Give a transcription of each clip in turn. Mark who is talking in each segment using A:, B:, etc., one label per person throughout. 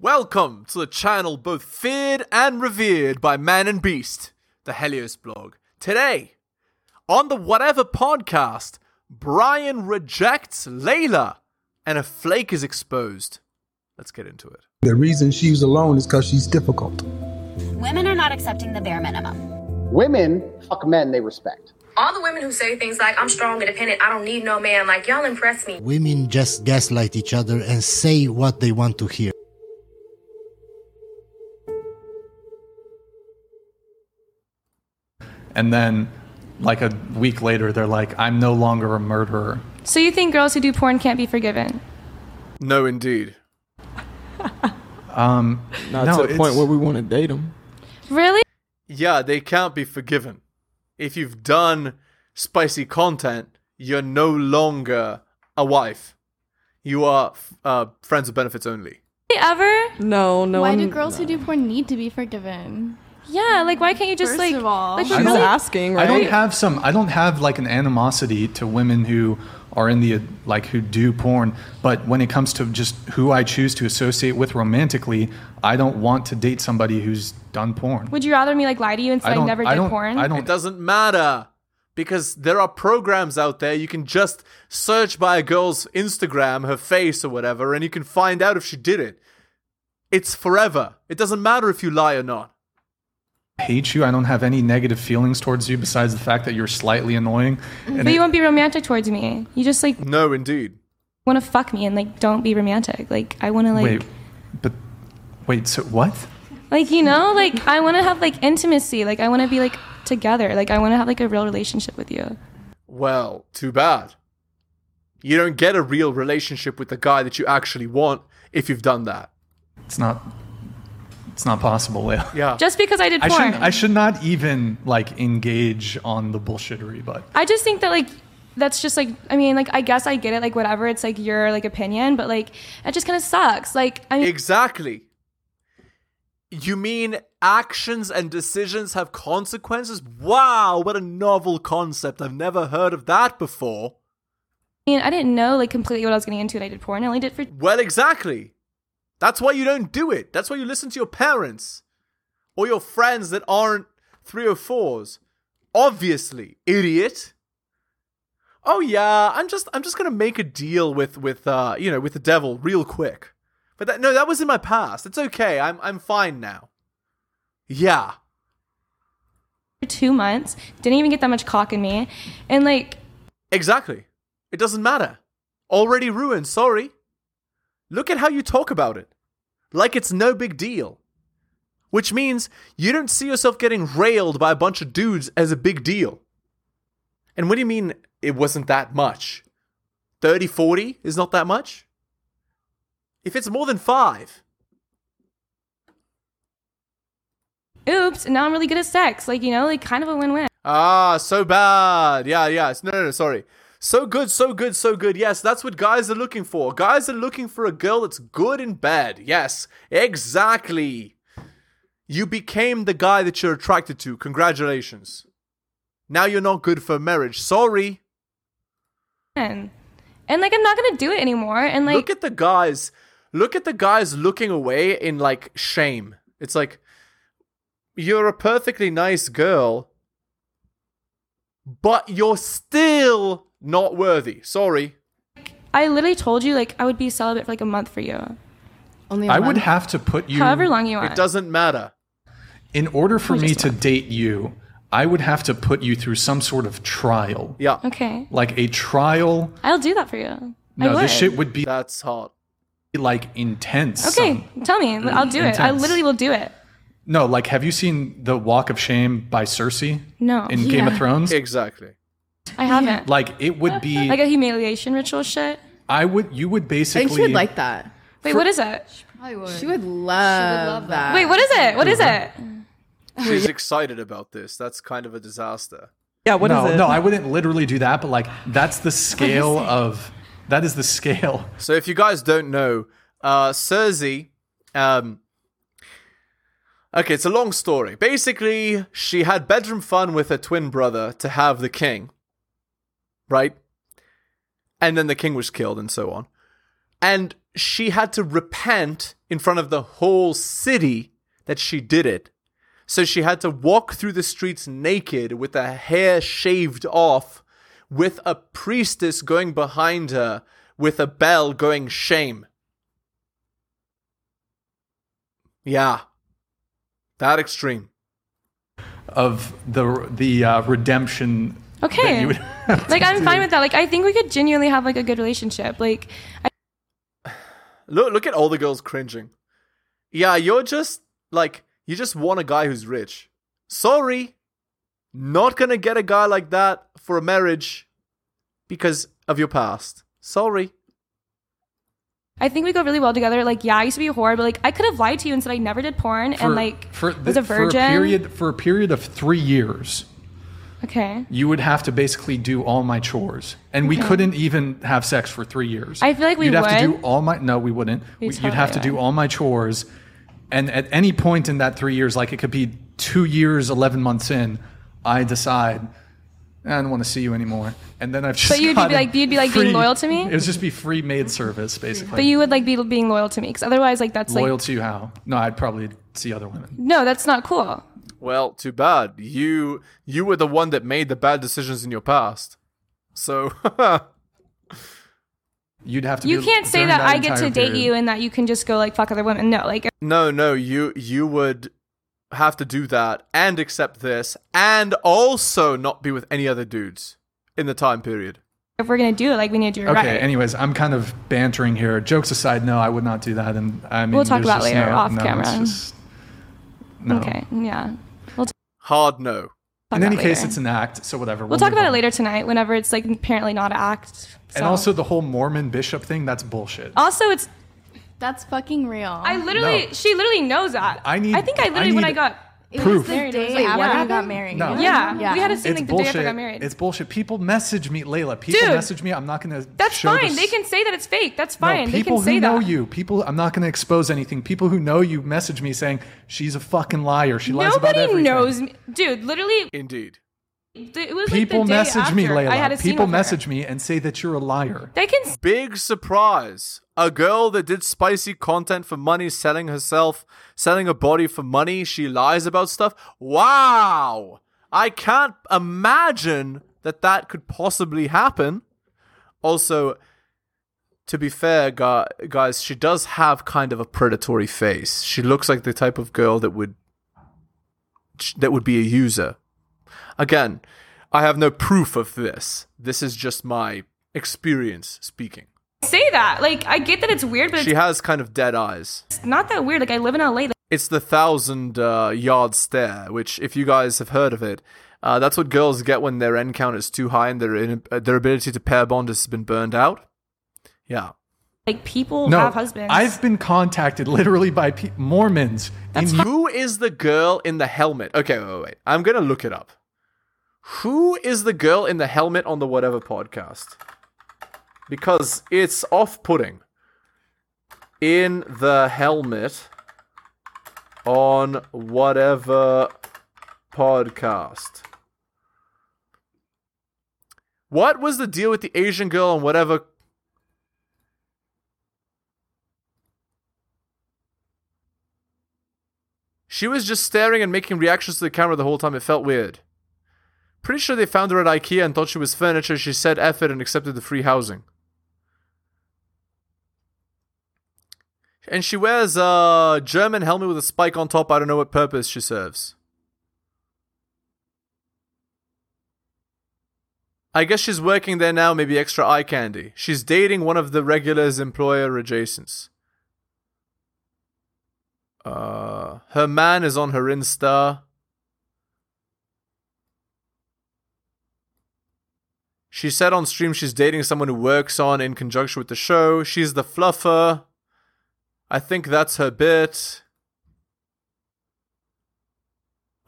A: Welcome to the channel both feared and revered by man and beast, the Helios blog. Today, on the Whatever podcast, Brian rejects Layla and a flake is exposed. Let's get into it.
B: The reason she's alone is because she's difficult.
C: Women are not accepting the bare minimum.
D: Women fuck men they respect.
E: All the women who say things like, I'm strong, independent, I don't need no man, like, y'all impress me.
F: Women just gaslight each other and say what they want to hear.
G: and then like a week later they're like i'm no longer a murderer
H: So you think girls who do porn can't be forgiven?
A: No, indeed.
G: um
I: Not
G: No,
I: to the point
G: it's-
I: where we want to date them.
H: Really?
A: Yeah, they can't be forgiven. If you've done spicy content, you're no longer a wife. You are f- uh, friends of benefits only.
H: Ever?
J: No, no.
K: Why
J: I'm,
K: do girls who do porn need to be forgiven?
H: Yeah, like why can't you just
K: First
H: like
K: of all-
H: like
G: I
J: She's
G: don't-
J: asking,
G: i
J: right?
G: don't have some i don't have like an animosity to women who are in the like who do porn but when it comes to just who i choose to associate with romantically i don't want to date somebody who's done porn
H: would you rather me like lie to you and say
G: i
H: I,
G: don't
H: never
G: i
H: did
G: don't
H: porn?
G: i
A: It
G: don't
A: doesn't matter because there are programs out there you can just search by a girl's Instagram, her face or whatever, and you can find out if she did it. It's forever. It doesn't matter if you lie or not.
G: hate you i don't have any negative feelings towards you besides the fact that you're slightly annoying and
H: Mm-hmm. but
G: it-
H: you won't be romantic towards me. You just like
A: No, indeed.
H: want to fuck me and like don't be romantic. Like I want to like
G: wait but wait so what
H: like you know like I want to have like intimacy. Like I want to be like together. Like I want to have like a real relationship with you.
A: Well, too bad. You don't get a real relationship with the guy that you actually want if you've done that.
G: it's not it's not possible Leah.
A: Yeah.
H: Just because I did
G: I
H: porn.
G: should I should not even like engage on the bullshittery, but
H: I just think that like that's just like I mean like I guess I get it like whatever it's like your like opinion but like it just kind of sucks like I mean
A: Exactly. You mean actions and decisions have consequences? Wow, what a novel concept. I've never heard of that before.
H: I mean, I didn't know like completely what I was getting into, and I did porn. I only did it for
A: Well, exactly. That's why you don't do it. That's why you listen to your parents or your friends that aren't three or fours. Obviously, idiot. Oh yeah, I'm just I'm just gonna make a deal with with uh you know with the devil real quick. But that no, that was in my past. It's okay. I'm I'm fine now. Yeah.
H: two months. Didn't even get that much cock in me, and like
A: Exactly. It doesn't matter. Already ruined, sorry. Look at how you talk about it. Like it's no big deal. Which means you don't see yourself getting railed by a bunch of dudes as a big deal. And what do you mean it wasn't that much? 30, 40 is not that much? If it's more than five,
H: oops. And now I'm really good at sex. Like you know, like kind of a win-win.
A: Ah, so bad. Yeah, yeah. It's- No, no, no, sorry. So good, so good, so good. Yes, that's what guys are looking for. Guys are looking for a girl that's good in bed. Yes, exactly. You became the guy that you're attracted to. Congratulations. Now you're not good for marriage. Sorry.
H: And like I'm not gonna do it anymore. And like
A: look at the guys. Look at the guys looking away in like shame. It's like you're a perfectly nice girl, but you're still not worthy. Sorry.
H: I literally told you like I would be celibate for like a month for you,
J: Only
G: I
J: one.
G: would have to put you
H: however long you want.
A: It doesn't matter.
G: in order for
H: I
G: me
H: just
G: to date you, I would have to put you through some sort of trial.
A: Yeah.
H: Okay,
G: Like a trial.
H: I'll do that for you. I
G: No,
H: would.
G: this shit would be
A: That's hot.
G: like intense.
H: Okay,
G: some-
H: tell me. I'll do it. I
G: Intense.
H: literally will do it.
G: no, like have you seen The Walk of Shame by Cersei
H: No,
G: in Game of
J: Yeah.
G: Thrones?
A: Exactly.
H: I haven't.
G: Like it would be
H: Like a humiliation ritual shit.
G: I would you would
J: I
G: basically
J: think she would like that.
H: Wait, what is it?
J: She would love, that.
H: Wait, what is it? What is it? Oh,
A: She's excited about this. That's kind of a disaster.
J: Yeah, what is
G: no,
J: it?
G: no, I wouldn't literally do that, but like that's the scale of that is the scale.
A: So if you guys don't know, uh, Cersei, um, okay, it's a long story. Basically, she had bedroom fun with her twin brother to have the king, right? And then the king was killed, and so on. And she had to repent in front of the whole city that she did it. So she had to walk through the streets naked with her hair shaved off, with a priestess going behind her with a bell going shame. Yeah. That extreme.
G: of the the uh, redemption.
H: Okay.
G: that you would have
H: like
G: to
H: I'm
G: do.
H: fine with that. Like I think we could genuinely have like a good relationship. Like I,
A: Look look at all the girls cringing. Yeah, you're just like you just want a guy who's rich. Sorry. Not going to get a guy like that for a marriage because of your past. Sorry.
H: I think we go really well together. Like yeah, I used to be a whore, but like I could have lied to you and said I never did porn
G: For-
H: and like
G: for
H: was a
G: the-
H: virgin.
G: for a period for a period of three years.
H: Okay.
G: You would have to basically do all my chores, and we couldn't even have sex for three years.
H: I feel like we
G: You'd have to do
H: would.
G: all my no, we wouldn't.
H: We
G: We- You'd have to
H: totally
G: do
H: would.
G: all my chores, and at any point in that three years, like it could be two years, eleven months in, I decide. I don't want to see you anymore, and then I've just.
H: you'd be
G: gotten
H: like- you'd be like being
G: free-
H: loyal to me?
G: It would just be free maid service, basically.
H: But you would like be being loyal to me because otherwise like that's
G: loyal
H: like
G: to you how? No, I'd probably see other women.
H: no, that's not cool.
A: Well, too bad. You you were the one that made the bad decisions in your past. So
G: You'd have to.
H: You
G: be,
H: can't say
G: during
H: that, I get to
G: entire
H: date
G: period.
H: you and that you can just go like fuck other women. No, like
A: no, no, you you would have to do that and accept this and also not be with any other dudes in the time period.
H: if we're gonna do it, like we need to do it
G: Okay.
H: right.
G: Anyways, I'm kind of bantering here. Jokes aside, no, I would not do that. And I mean,
H: We'll talk
G: there's
H: about
G: just
H: later,
G: no-
H: off
G: no,
H: camera.
G: It's just, no.
H: Okay. Yeah. We'll talk
A: Hard no.
G: In any
H: about it
G: case,
H: later.
G: it's an act. So whatever.
H: We'll talk
G: move
H: about it
G: on.
H: later tonight whenever it's like apparently not an act.
G: And
H: so.
G: also the whole Mormon bishop thing. That's bullshit.
H: also it's
K: That's fucking real.
H: I literally
G: No.
H: she literally knows that.
G: I need-
H: I think I
G: I
H: literally when
G: need-
H: I got
K: it
G: proof.
K: was the day
J: Wait,
K: after
J: what
K: you got
J: happened?
K: married.
G: No.
H: yeah,
K: Yeah.
H: we had a scene
G: It's
H: like the day
G: bullshit.
H: after I got married.
G: It's bullshit. People message me, Layla. People
H: Dude.
G: message me. I'm not gonna.
H: That's
G: show
H: fine.
G: this-
H: They can say that it's fake. That's
G: No,
H: fine. they
G: people
H: can say
G: who
H: that.
G: know you, people. I'm not gonna expose anything. People who know you message me saying she's a fucking liar. She lies about
H: Nobody
G: everything.
H: knows me, dude. Literally,
A: Indeed.
H: th- it was
G: People
H: like the day
G: message
H: after
G: me, Layla.
H: I had a scene
G: people
H: with her.
G: message me and say that you're a liar.
H: They can. s-
A: Big surprise. A girl that did spicy content for money, selling herself, selling her body for money, she lies about stuff. Wow! I can't imagine that that could possibly happen. Also, to be fair, gu- guys, she does have kind of a predatory face. She looks like the type of girl that would that would be a user. Again, I have no proof of this. This is just my experience speaking.
H: Say that. Like I get that it's weird, but
A: She has kind of dead eyes.
H: it's not that weird. Like I live in LA. Like,
A: It's the thousand uh, yard stare, which, if you guys have heard of it, uh, that's what girls get when their end count is too high and their in- uh, their ability to pair bond has been burned out. Yeah,
H: like people
G: no,
H: have husbands.
G: I've been contacted literally by pe- Mormons. in
A: Who is the girl in the helmet? Okay, wait, wait, wait. I'm gonna look it up. Who is the girl in the helmet on the whatever podcast? Because it's off-putting. In the helmet on whatever podcast. What was the deal with the Asian girl on whatever? She was just staring and making reactions to the camera the whole time. It felt weird. Pretty sure they found her at IKEA and thought she was furniture. She said effort and accepted the free housing. And she wears a German helmet with a spike on top. I don't know what purpose she serves. I guess she's working there now, maybe extra eye candy. She's dating one of the regulars' employer adjacents. Uh, her man is on her Insta. She said on stream she's dating someone who works on in conjunction with the show. She's the fluffer. I think that's her bit.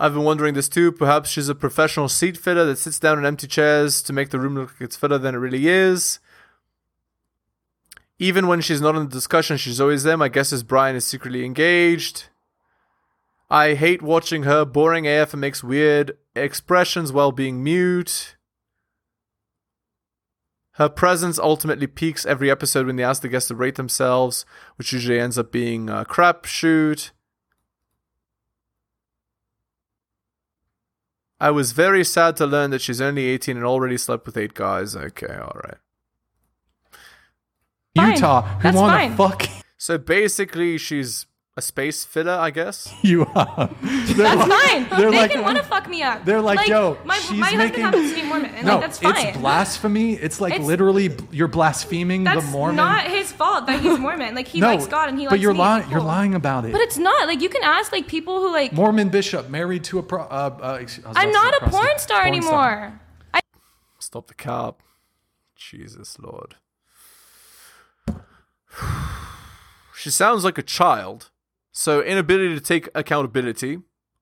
A: I've been wondering this too. Perhaps she's a professional seat fitter that sits down in empty chairs to make the room look like it's fitter than it really is. Even when she's not in the discussion, she's always there. My guess is Brian is secretly engaged. I hate watching her. Boring AF and makes weird expressions while being mute. Her presence ultimately peaks every episode when they ask the guests to rate themselves, which usually ends up being a crapshoot. I was very sad to learn that she's only 18 and already slept with eight guys. Okay, all right.
H: Fine.
G: Utah, who
H: That's
G: wanna
H: fine.
G: fuck
A: So basically, she's a space filler, I guess.
G: you up?
H: That's fine.
G: they're
H: they
G: like-
H: can want to fuck me up.
G: They're like, yo,
H: my,
G: she's
H: my
G: making.
H: husband happens to be Mormon. and,
G: no,
H: like, that's fine.
G: it's blasphemy. It's like
H: It's-
G: literally b- you're blaspheming
H: that's
G: the Mormon.
H: not his fault that he's Mormon. Like he
G: no,
H: likes God and he likes
G: but you're
H: me.
G: lying. You're
H: Cool.
G: lying about it.
H: But it's not like you can ask like people who like.
G: Mormon bishop married to a pro. Uh, uh, excuse, I was
H: I'm
G: about to say
H: not a
G: prostitute.
H: porn star anymore.
A: Stop the cab. Jesus Lord. She sounds like a child. So inability to take accountability.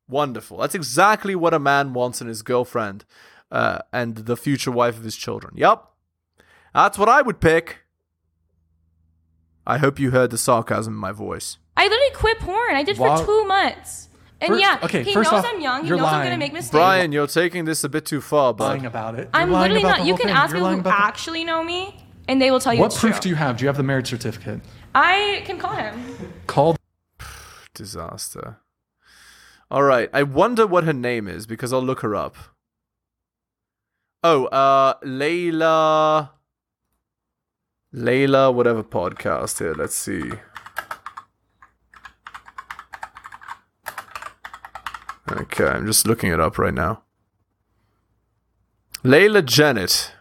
A: Wonderful. That's exactly what a man wants in his girlfriend uh, and the future wife of his children. Yep. That's what I would pick. I hope you heard the sarcasm in my voice.
H: I literally quit porn. I did
G: Wow.
H: for two months. And
G: First-
H: yeah,
G: okay,
H: he
G: first
H: knows
G: off,
H: I'm young. He
G: you're
H: knows I'm
G: lying.
H: gonna make mistakes.
A: Brian, you're taking this a bit too far,
G: Lying
A: bud.
G: about it.
H: I'm
G: You're lying
H: literally
G: about
H: not.
G: the
H: You
G: whole
H: can
G: thing.
H: ask
G: You're
H: people
G: lying
H: who
G: about the-
H: actually know me, and they will tell you.
G: What
H: it's
G: proof
H: true.
G: do you have? Do you have the marriage certificate?
H: I can call him.
G: Call
A: Disaster. All right. I wonder what her name is because I'll look her up. Oh, uh, Layla. Layla, whatever podcast here. Let's see. Okay, I'm just looking it up right now. Layla Janet.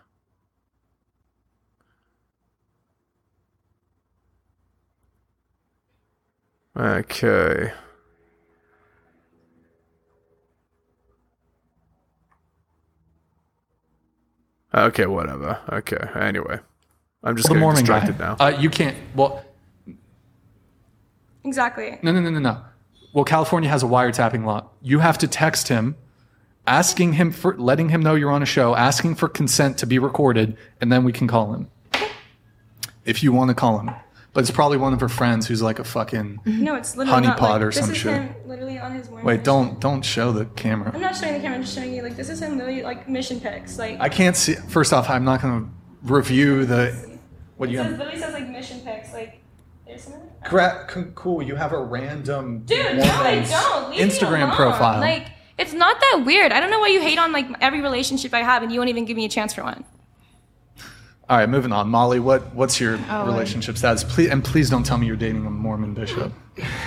A: Okay. Okay, whatever. Okay. Anyway, I'm just
G: the
A: getting
G: Mormon guy.
A: distracted now.
G: Uh, you can't. Well,
H: Exactly.
G: No, no, no, no, no. Well, California has a wiretapping law. You have to text him, asking him for letting him know you're on a show, asking for consent to be recorded, and then we can call him. If you want to call him. But it's probably one of her friends who's like a fucking
H: No, it's literally not,
G: Honeypot
H: like,
G: or
H: this
G: some
H: is
G: shit.
H: Him literally on his Mormon
G: Wait, don't don't show the camera.
H: I'm not showing the camera. I'm just showing you like this is him literally like mission pics. Like
G: I can't see first off, I'm not gonna review the what
H: it
G: do you
H: says,
G: have?
H: literally says like mission pics. Like there's some. of it.
G: Crap, c- cool, you have a random
H: Dude, no, I
G: woman's
H: don't. Leave me
G: Instagram
H: alone.
G: profile.
H: Like it's not that weird. I don't know why you hate on like every relationship I have, and you won't even give me a chance for one.
G: All right, moving on. Molly, what what's your
K: Oh,
G: relationship status? Please and please don't tell me you're dating a Mormon bishop.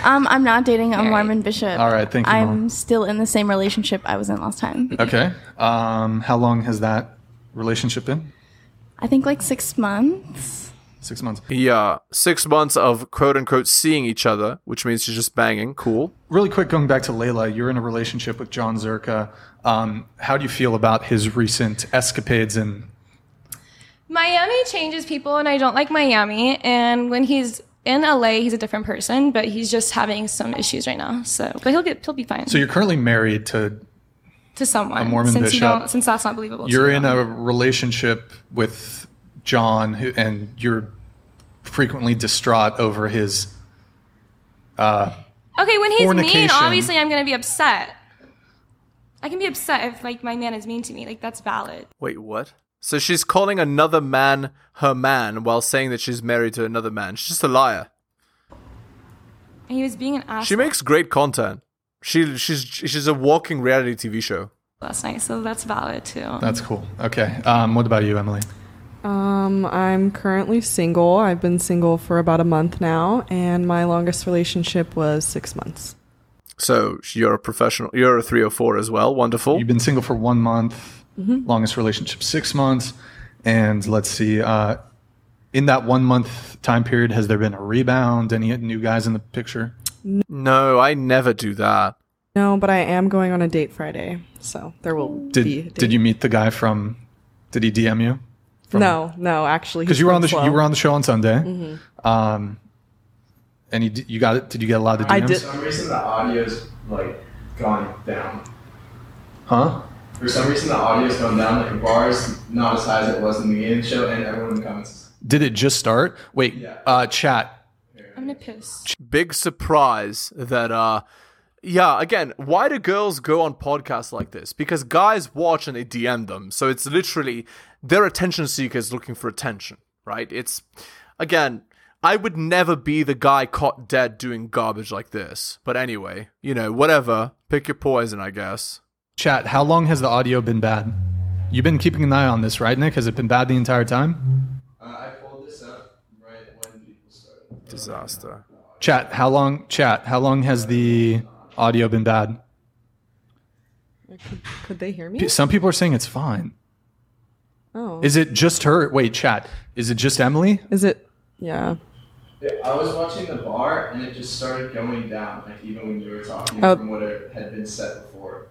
K: Um, I'm not dating a Mormon bishop.
G: All right, thank you,
K: I'm
G: Mom.
K: still in the same relationship I was in last time.
G: Okay. Um, how long has that relationship been?
K: I think like six months.
G: Six months.
A: Yeah, six months of quote unquote seeing each other, which means she's just banging. Cool.
G: Really quick, going back to Layla, you're in a relationship with John Zerka. Um, how do you feel about his recent escapades? And
H: Miami changes people, and I don't like Miami. And when he's in LA, he's a different person, but he's just having some issues right now. So, but he'll get he'll be fine
G: so you're currently married to.
H: to someone.
G: a Mormon
H: since you
G: bishop.
H: don't, since that's not believable. to
G: You're
H: you.
G: in a relationship with John, who, and you're frequently distraught over his.
H: Okay, when he's mean,
G: fornication.
H: obviously I'm gonna be upset. I can be upset if like my man is mean to me. Like that's valid.
A: Wait, what? So she's calling another man her man while saying that she's married to another man. She's just a liar.
H: And he was being an ass
A: She makes great content. She she's she's a walking reality TV show.
H: last night, so that's valid too.
G: That's cool. Okay. Um, what about you, Emily?
I: Um, I'm currently single. I've been single for about a month now, and my longest relationship was six months.
A: So you're a professional. You're a three or four as well. Wonderful.
G: You've been single for one month,
I: Mm-hmm.
G: longest relationship six months, and let's see. Uh, in that one month time period, has there been a rebound? Any new guys in the picture?
A: No, I never do that.
I: No, but I am going on a date Friday, so there will
G: Did
I: be. a date.
G: Did you meet the guy from? Did he DM you?
I: No, no, actually,
G: Because
I: he's
G: you were
I: from
G: on the sh-
I: Slough.
G: you were on the show on Sunday.
I: Mm-hmm.
G: Um, and you, d- you got it. Did you get a lot of DMs?
I: I did.
L: For some reason, the audio's like gone down.
G: Huh?
L: For some reason, the audio's gone down. Like the bar's not as high as it was in the beginning of the show, and everyone in the comments. is-
G: Did it just start? Wait. Uh, chat.
H: I'm gonna piss.
A: Big surprise that uh Yeah, again, why do girls go on podcasts like this? Because guys watch and they DM them. So it's literally they're attention seekers looking for attention, right? It's again, I would never be the guy caught dead doing garbage like this. But anyway, you know, whatever. Pick your poison, I guess.
G: Chat, how long has the audio been bad? You've been keeping an eye on this, right, Nick? Has it been bad the entire time?
A: Disaster.
G: Chat, how long? Chat, how long has the audio been bad?
I: Could they hear
G: P-
I: me?
G: Some people are saying it's fine.
I: Oh.
G: Is it just her? Wait, chat. Is it just Emily?
I: Is it? Yeah.
L: I was watching the bar and it just started going down, like even when you were talking
I: Oh.
L: from what it had been said before.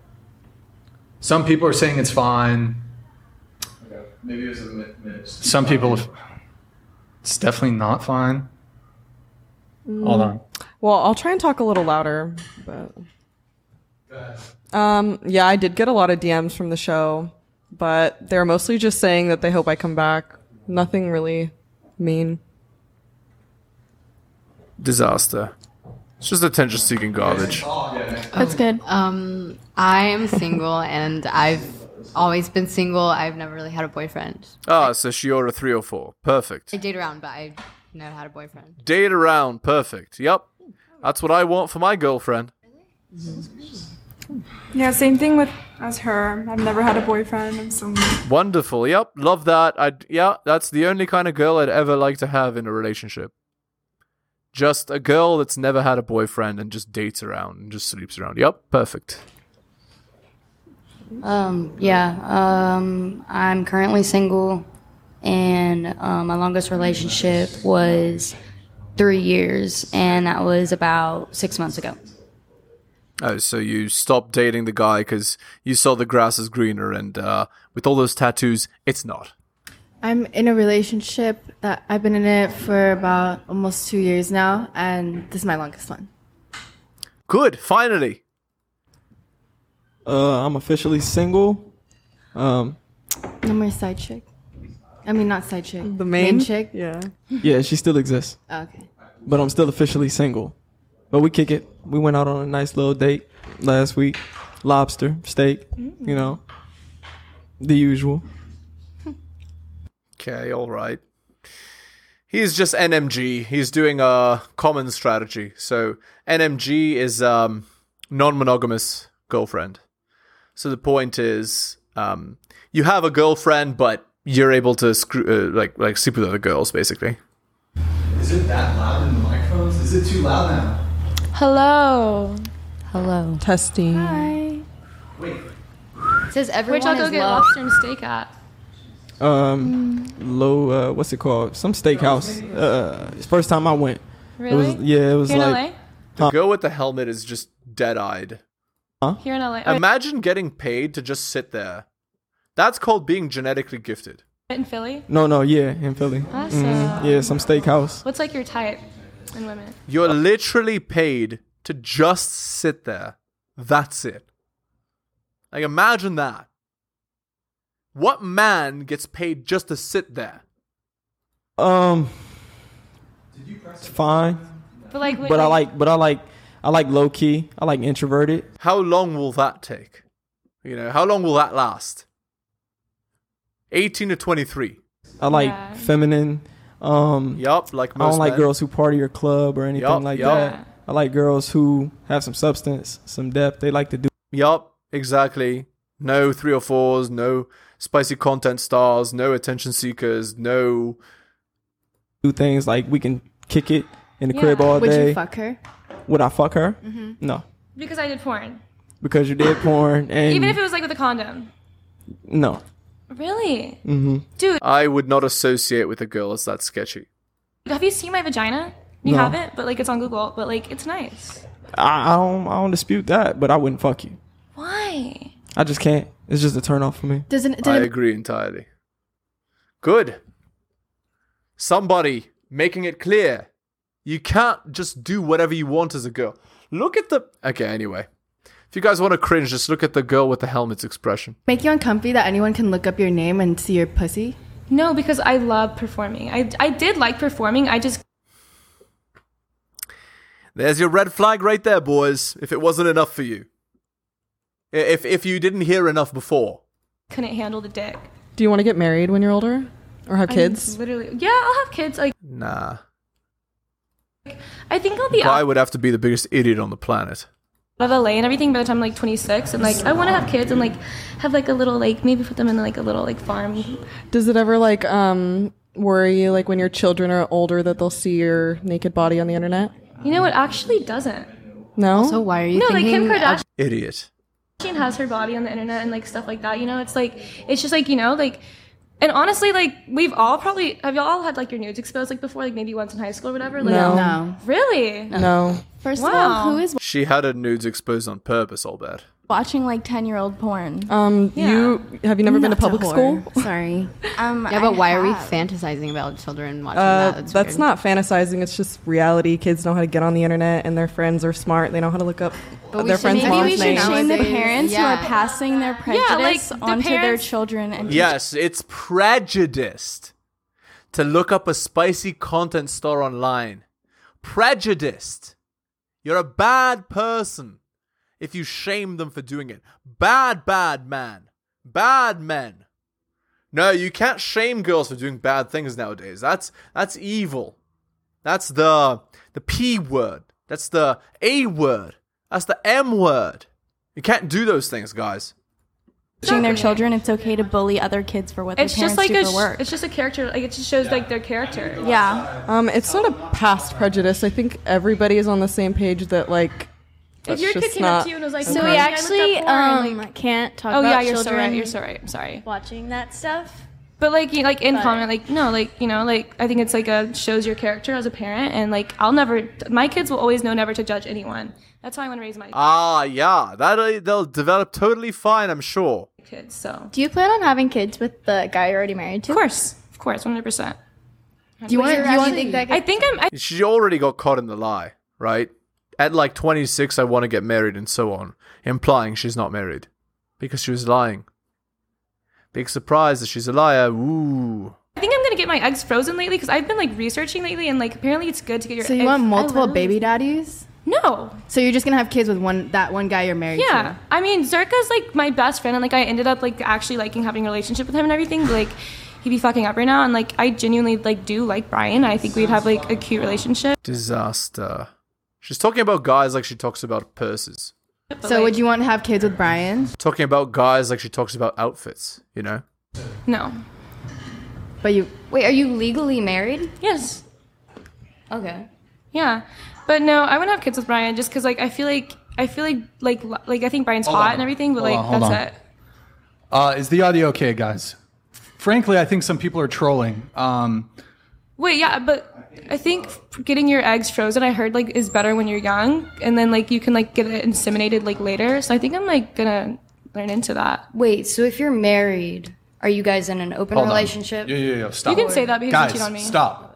G: Some people are saying it's fine.
L: Okay. uh, Maybe it was a mi- minute.
G: Some people. It's definitely not fine. Hold on.
I: Well, I'll try and talk a little louder, but um, yeah, I did get a lot of DMs from the show, but they're mostly just saying that they hope I come back. Nothing really mean.
A: Disaster. It's just attention seeking garbage.
M: That's good. Um, I am single and I've always been single. I've never really had a boyfriend.
A: Ah, so Shiora 304. Perfect.
M: I date around, but I never had a boyfriend.
A: Date around. Perfect. Yep. That's what I want for my girlfriend.
N: Yeah, same thing with as her. I've never had a boyfriend. I'm single.
A: Wonderful. Yep. Love that. I yeah, that's the only kind of girl I'd ever like to have in a relationship. Just a girl that's never had a boyfriend and just dates around and just sleeps around. Yep. Perfect.
O: Um, yeah, um, I'm currently single, and um, my longest relationship was three years, and that was about six months ago.
A: Oh, so you stopped dating the guy because you saw the grass is greener, and uh, with all those tattoos, it's not.
J: I'm in a relationship that uh, I've been in it for about almost two years now, and this is my longest one.
A: Good. Finally.
P: Uh, I'm officially single. Um,
J: No more side chick. I mean, not side chick. The
I: main?
J: chick. Oh,
I: Yeah.
P: yeah, she still exists,
J: Okay.
P: but I'm still officially single. But we kick it. We went out on a nice little date last week. Lobster, steak,
J: Mm-hmm.
P: you know, the usual.
A: Okay. All right. He's just NMG. He's doing a common strategy. So NMG is um, non-monogamous girlfriend. So the point is, um, you have a girlfriend, but you're able to screw uh, like like sleep with other girls, basically.
L: Is it that loud in the microphones? Is it too loud now?
H: Hello.
O: Hello.
I: Testing.
H: Hi.
M: It says everyone
H: Which I'll go
M: is
H: get
M: loved.
H: lobster and steak at.
P: Um, low. Uh, what's it called? Some steakhouse. Uh, first time I went. It was,
H: Really?
P: yeah, it was
H: Here in
P: like.
A: The girl with the helmet is just dead-eyed.
P: Huh?
H: Here in Oh, LA. Or
A: Imagine getting paid to just sit there. That's called being genetically gifted.
H: in Philly.
P: No, no, yeah, in Philly. Mhm,
H: Awesome.
P: Yeah, some steakhouse.
H: What's like your type in women?
A: You're literally paid to just sit there. That's it. Like, imagine that. What man gets paid just to sit there?
P: Um, it's fine.
H: But like,
P: But I like, but I like, I like low key. I like introverted.
A: How long will that take? You know, how long will that last? 18 to 23.
P: I like feminine. Um,
A: Yup, like
P: I
A: most
P: don't like
A: men.
P: girls who party or club or anything
A: Yup,
P: like
A: yup.
P: that. I like girls who have some substance, some depth. They like to do.
A: Yup, exactly. No three or fours, no spicy content stars, no attention seekers, no.
P: do things like we can kick it in the crib
H: Yeah.
P: all
H: Would you
P: day.
H: fuck her?
P: Would I fuck her?
H: Mhm.
P: No,
H: Because I did porn.
P: because you did porn and
H: Even if it was like with a condom.
P: no.
H: Really?
P: Mm-hmm.
H: Dude,
A: I would not associate with a girl that's that sketchy.
H: have you seen my vagina? You
P: No.
H: haven't, but like it's on Google, but like it's nice.
P: I, I don't. I don't dispute that, but I wouldn't fuck you.
H: Why?
P: I just can't. It's just a turn off for me.
J: Doesn't
A: I agree entirely. Good. Somebody making it clear. You can't just do whatever you want as a girl. Look at the. Okay, anyway. If you guys want to cringe, just look at the girl with the helmet's expression.
J: Make you uncomfy that anyone can look up your name and see your pussy?
H: No, because I love performing. I, I did like performing. I just
A: There's your red flag right there, boys, if it wasn't enough for you. I- If, if you didn't hear enough before.
H: Couldn't handle the dick.
I: Do you want to get married when you're older, or have
H: I
I: kids?
H: literally, yeah, I'll have kids. Like,
A: Nah.
H: I think I'll be out
A: I would have to be the biggest idiot on the planet.
H: of LA and everything by the time I'm like 26, and like I want to have kids and like have like a little like maybe put them in like a little like farm.
I: Does it ever like um worry you like when your children are older that they'll see your naked body on the internet?
H: You know what? Actually, doesn't.
I: No.
M: Also, why are you
H: no, like Kim
M: thinking
H: Kardashian.
A: Idiot.
H: Kardashian has her body on the internet and like stuff like that. You know, it's like it's just like you know like. And honestly, like we've all probably have y'all had like your nudes exposed like before, like maybe once in high school or whatever. Like,
I: No. No.
H: really?
I: No.
K: First of
H: Wow.
K: all, who is
A: She had her nudes exposed on purpose, I'll bet.
K: watching like 10 year old porn?
I: Um, you have you never been
K: Not
I: to public
K: a
I: school?
K: whore. Sorry. Um,
M: Yeah, but
K: I
M: why are we
K: have.
M: fantasizing about children watching
I: Uh,
M: that?
I: that's not fantasizing. It's just reality. Kids know how to get on the internet, and their friends are smart. They know how to look up
M: But we
I: their
M: should-
I: friends'
M: maybe
I: mom
M: we should
I: things.
K: Shame the
M: Nowadays,
K: parents who
M: yeah.
K: are passing their prejudice
H: Yeah, like, the
K: onto
H: parents-
K: their children and
A: Yes, it's prejudiced to look up a spicy content store online. Prejudiced. You're a bad person if you shame them for doing it. Bad, bad man. Bad men. No, you can't shame girls for doing bad things nowadays. That's that's evil. That's the the P word. That's the A word. That's the M word. You can't do those things, guys.
K: teaching their children it's okay to bully other kids for what
H: It's
K: their
H: just
K: parents
H: like
K: do
H: a
K: for
H: sh-
K: work.
H: it's just a character. Like it just shows like their character.
K: Yeah.
I: Um, it's not a past prejudice. I think everybody is on the same page that like.
H: If
I: that's
H: your kid
I: just
H: came up
I: not-
H: to you and was like,
I: So we
H: "Mommy, I looked up
Q: actually,
H: porn," like-
Q: um, can't talk
H: oh
Q: about
H: yeah, you're so
Q: children
H: right. You're so right. I'm sorry.
Q: watching that stuff.
H: But like, you, like in
Q: But-
H: comment, like no, like you know, like I think it's like a shows your character as a parent, and like I'll never, my kids will always know never to judge anyone. That's how I want to raise my
A: Ah, yeah, that they'll develop totally fine, I'm sure.
H: kids. So
Q: Do you plan on having kids with the guy you're already married to? Of
H: course, of course, 100. percent
Q: Do you want? Do you want? Think that
H: I think I'm. I,
A: She already got caught in the lie, right? At like 26, I want to get married, and so on, implying she's not married because she was lying. Big surprise that she's a liar. Ooh.
H: I think I'm gonna get my eggs frozen lately because I've been like researching lately, and like apparently it's good to get your.
J: So you
H: eggs-
J: want
H: I
J: multiple
H: literally-
J: baby daddies?
H: No.
J: So you're just gonna have kids with one that one guy you're married to?
H: Yeah, I mean Zerka's like my best friend, and like I ended up like actually liking having a relationship with him and everything. But, like he'd be fucking up right now, and like I genuinely like do like Brian. I think we'd have like a cute relationship.
A: Disaster. She's talking about guys like she talks about purses,
J: So would you want to have kids with Brian?
A: talking about guys like she talks about outfits, you know?
H: No.
J: But you
O: Wait, are you legally married?
H: Yes.
O: Okay.
H: Yeah, but no, I wouldn't have kids with Brian just because like I feel like I feel like like li- like I think Brian's
G: Hold
H: hot
G: on.
H: and everything, but
G: Hold
H: like
G: on, hold
H: that's
G: on.
H: it.
G: Uh, is the audio okay, guys? Frankly, I think some people are trolling. Um,
H: Wait, yeah, but I think getting your eggs frozen, I heard like is better when you're young, and then like you can like get it inseminated like later. So I think I'm like gonna learn into that.
O: Wait, so if you're married, are you guys in an open
G: hold on.
O: relationship?
G: Yeah, yeah, yeah. Stop.
H: You can say that because you
G: guys,
H: cheat on me.
G: Stop.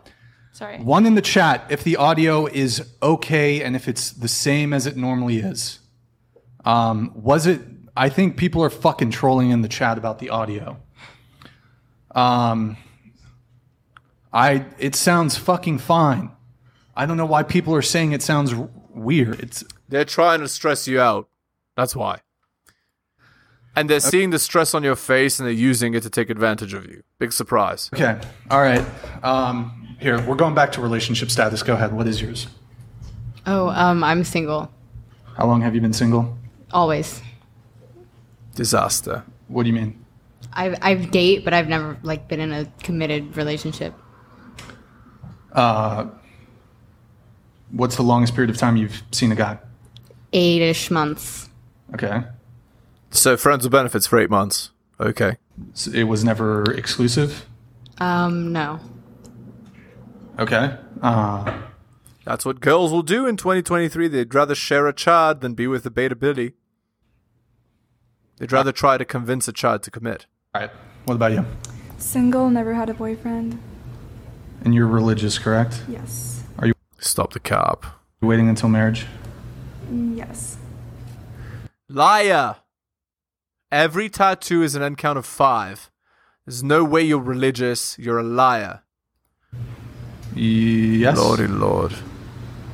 H: Sorry.
G: One in the chat if the audio is okay and if it's the same as it normally is. Um, was it? I think people are fucking trolling in the chat about the audio. Um, I it sounds fucking fine. I don't know why people are saying it sounds r- weird. It's
A: They're trying to stress you out. That's why. And they're seeing the stress on your face and they're using it to take advantage of you. Big surprise.
G: Okay. All right. Um, here, we're going back to relationship status. Go ahead. What is yours?
M: Oh, um, I'm single
G: How long have you been single?
M: always.
A: Disaster.
G: What do you mean?
M: I I date, but I've never like been in a committed relationship.
G: Uh, what's the longest period of time you've seen a guy?
M: Eight ish months.
G: Okay.
A: So friends with benefits for eight months. Okay.
G: So it was never exclusive.
M: Um, no.
G: Okay. Uh,
A: That's what girls will do in 2023. They'd rather share a child than be with a beta biddy. They'd rather try to convince a child to commit.
G: All right. What about you?
N: Single, never had a boyfriend.
G: And you're religious, correct?
N: Yes.
G: Are you?
A: Stop the cop.
G: You waiting until marriage?
N: Mm, Yes.
A: Liar! Every tattoo is an end count of five. There's no way you're religious. You're a liar.
G: Yes.
A: Lordy lord.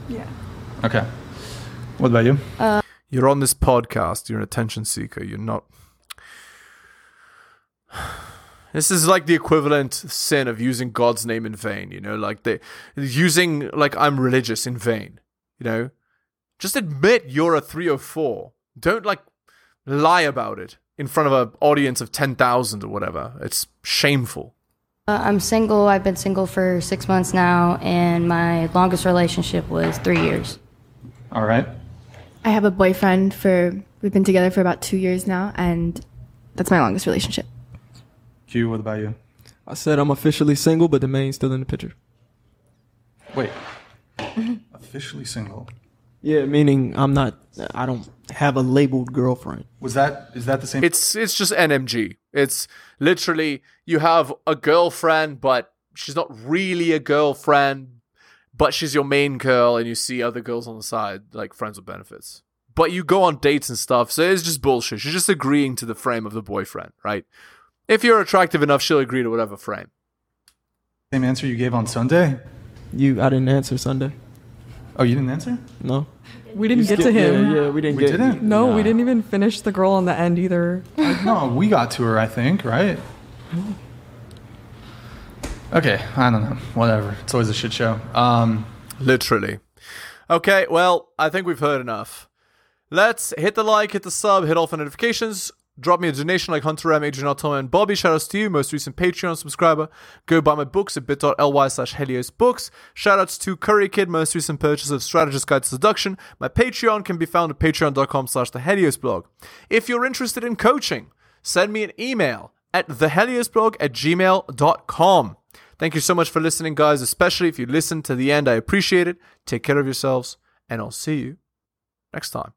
N: Yeah.
G: Okay. What about you?
A: You're on this podcast. You're an attention seeker. You're not. This is like the equivalent sin of using God's name in vain. You know, like they using like I'm religious in vain. You know, just admit you're a three or four. Don't like lie about it in front of an audience of ten thousand or whatever. It's shameful.
O: Uh, I'm single. I've been single for six months now, and my longest relationship was three years.
G: All right.
J: I have a boyfriend for we've been together for about two years now, and that's my longest relationship.
G: Q, what about you?
P: I said I'm officially single, but the man's still in the picture.
G: Wait. Officially single.
P: Yeah, meaning I'm not. I don't have a labeled girlfriend.
G: Was that is that the same?
A: It's it's just NMG. It's literally you have a girlfriend, but she's not really a girlfriend, but she's your main girl, and you see other girls on the side, like friends with benefits. But you go on dates and stuff, so it's just bullshit. She's just agreeing to the frame of the boyfriend, right? If you're attractive enough, she'll agree to whatever frame.
G: Same answer you gave on Sunday.
P: You, I didn't answer Sunday.
G: Oh, you didn't answer?
P: No.
I: We didn't
P: You
I: get to
P: skipped-
I: him.
P: Yeah, yeah, we didn't
G: We
P: get.
G: didn't?
I: No, we didn't even finish the girl on the end either.
G: no, we got to her, I think, right?
P: Mm-hmm.
G: Okay, I don't know. Whatever. It's always a shit show. Um,
A: Literally. Okay, well, I think we've heard enough. Let's hit the like, hit the sub, hit all for notifications. Drop me a donation like Hunter M, Adrian Altoma, and Bobby. Shoutouts to you, most recent Patreon subscriber. Go buy my books at bit.ly slash Helios Books. Shoutouts to Curry Kid, most recent purchase of Strategist Guide to Seduction. My Patreon can be found at patreon.com slash the Helios blog. If you're interested in coaching, send me an email at theheliosblog at gmail.com. Thank you so much for listening, guys, especially if you listen to the end. I appreciate it. Take care of yourselves, and I'll see you next time.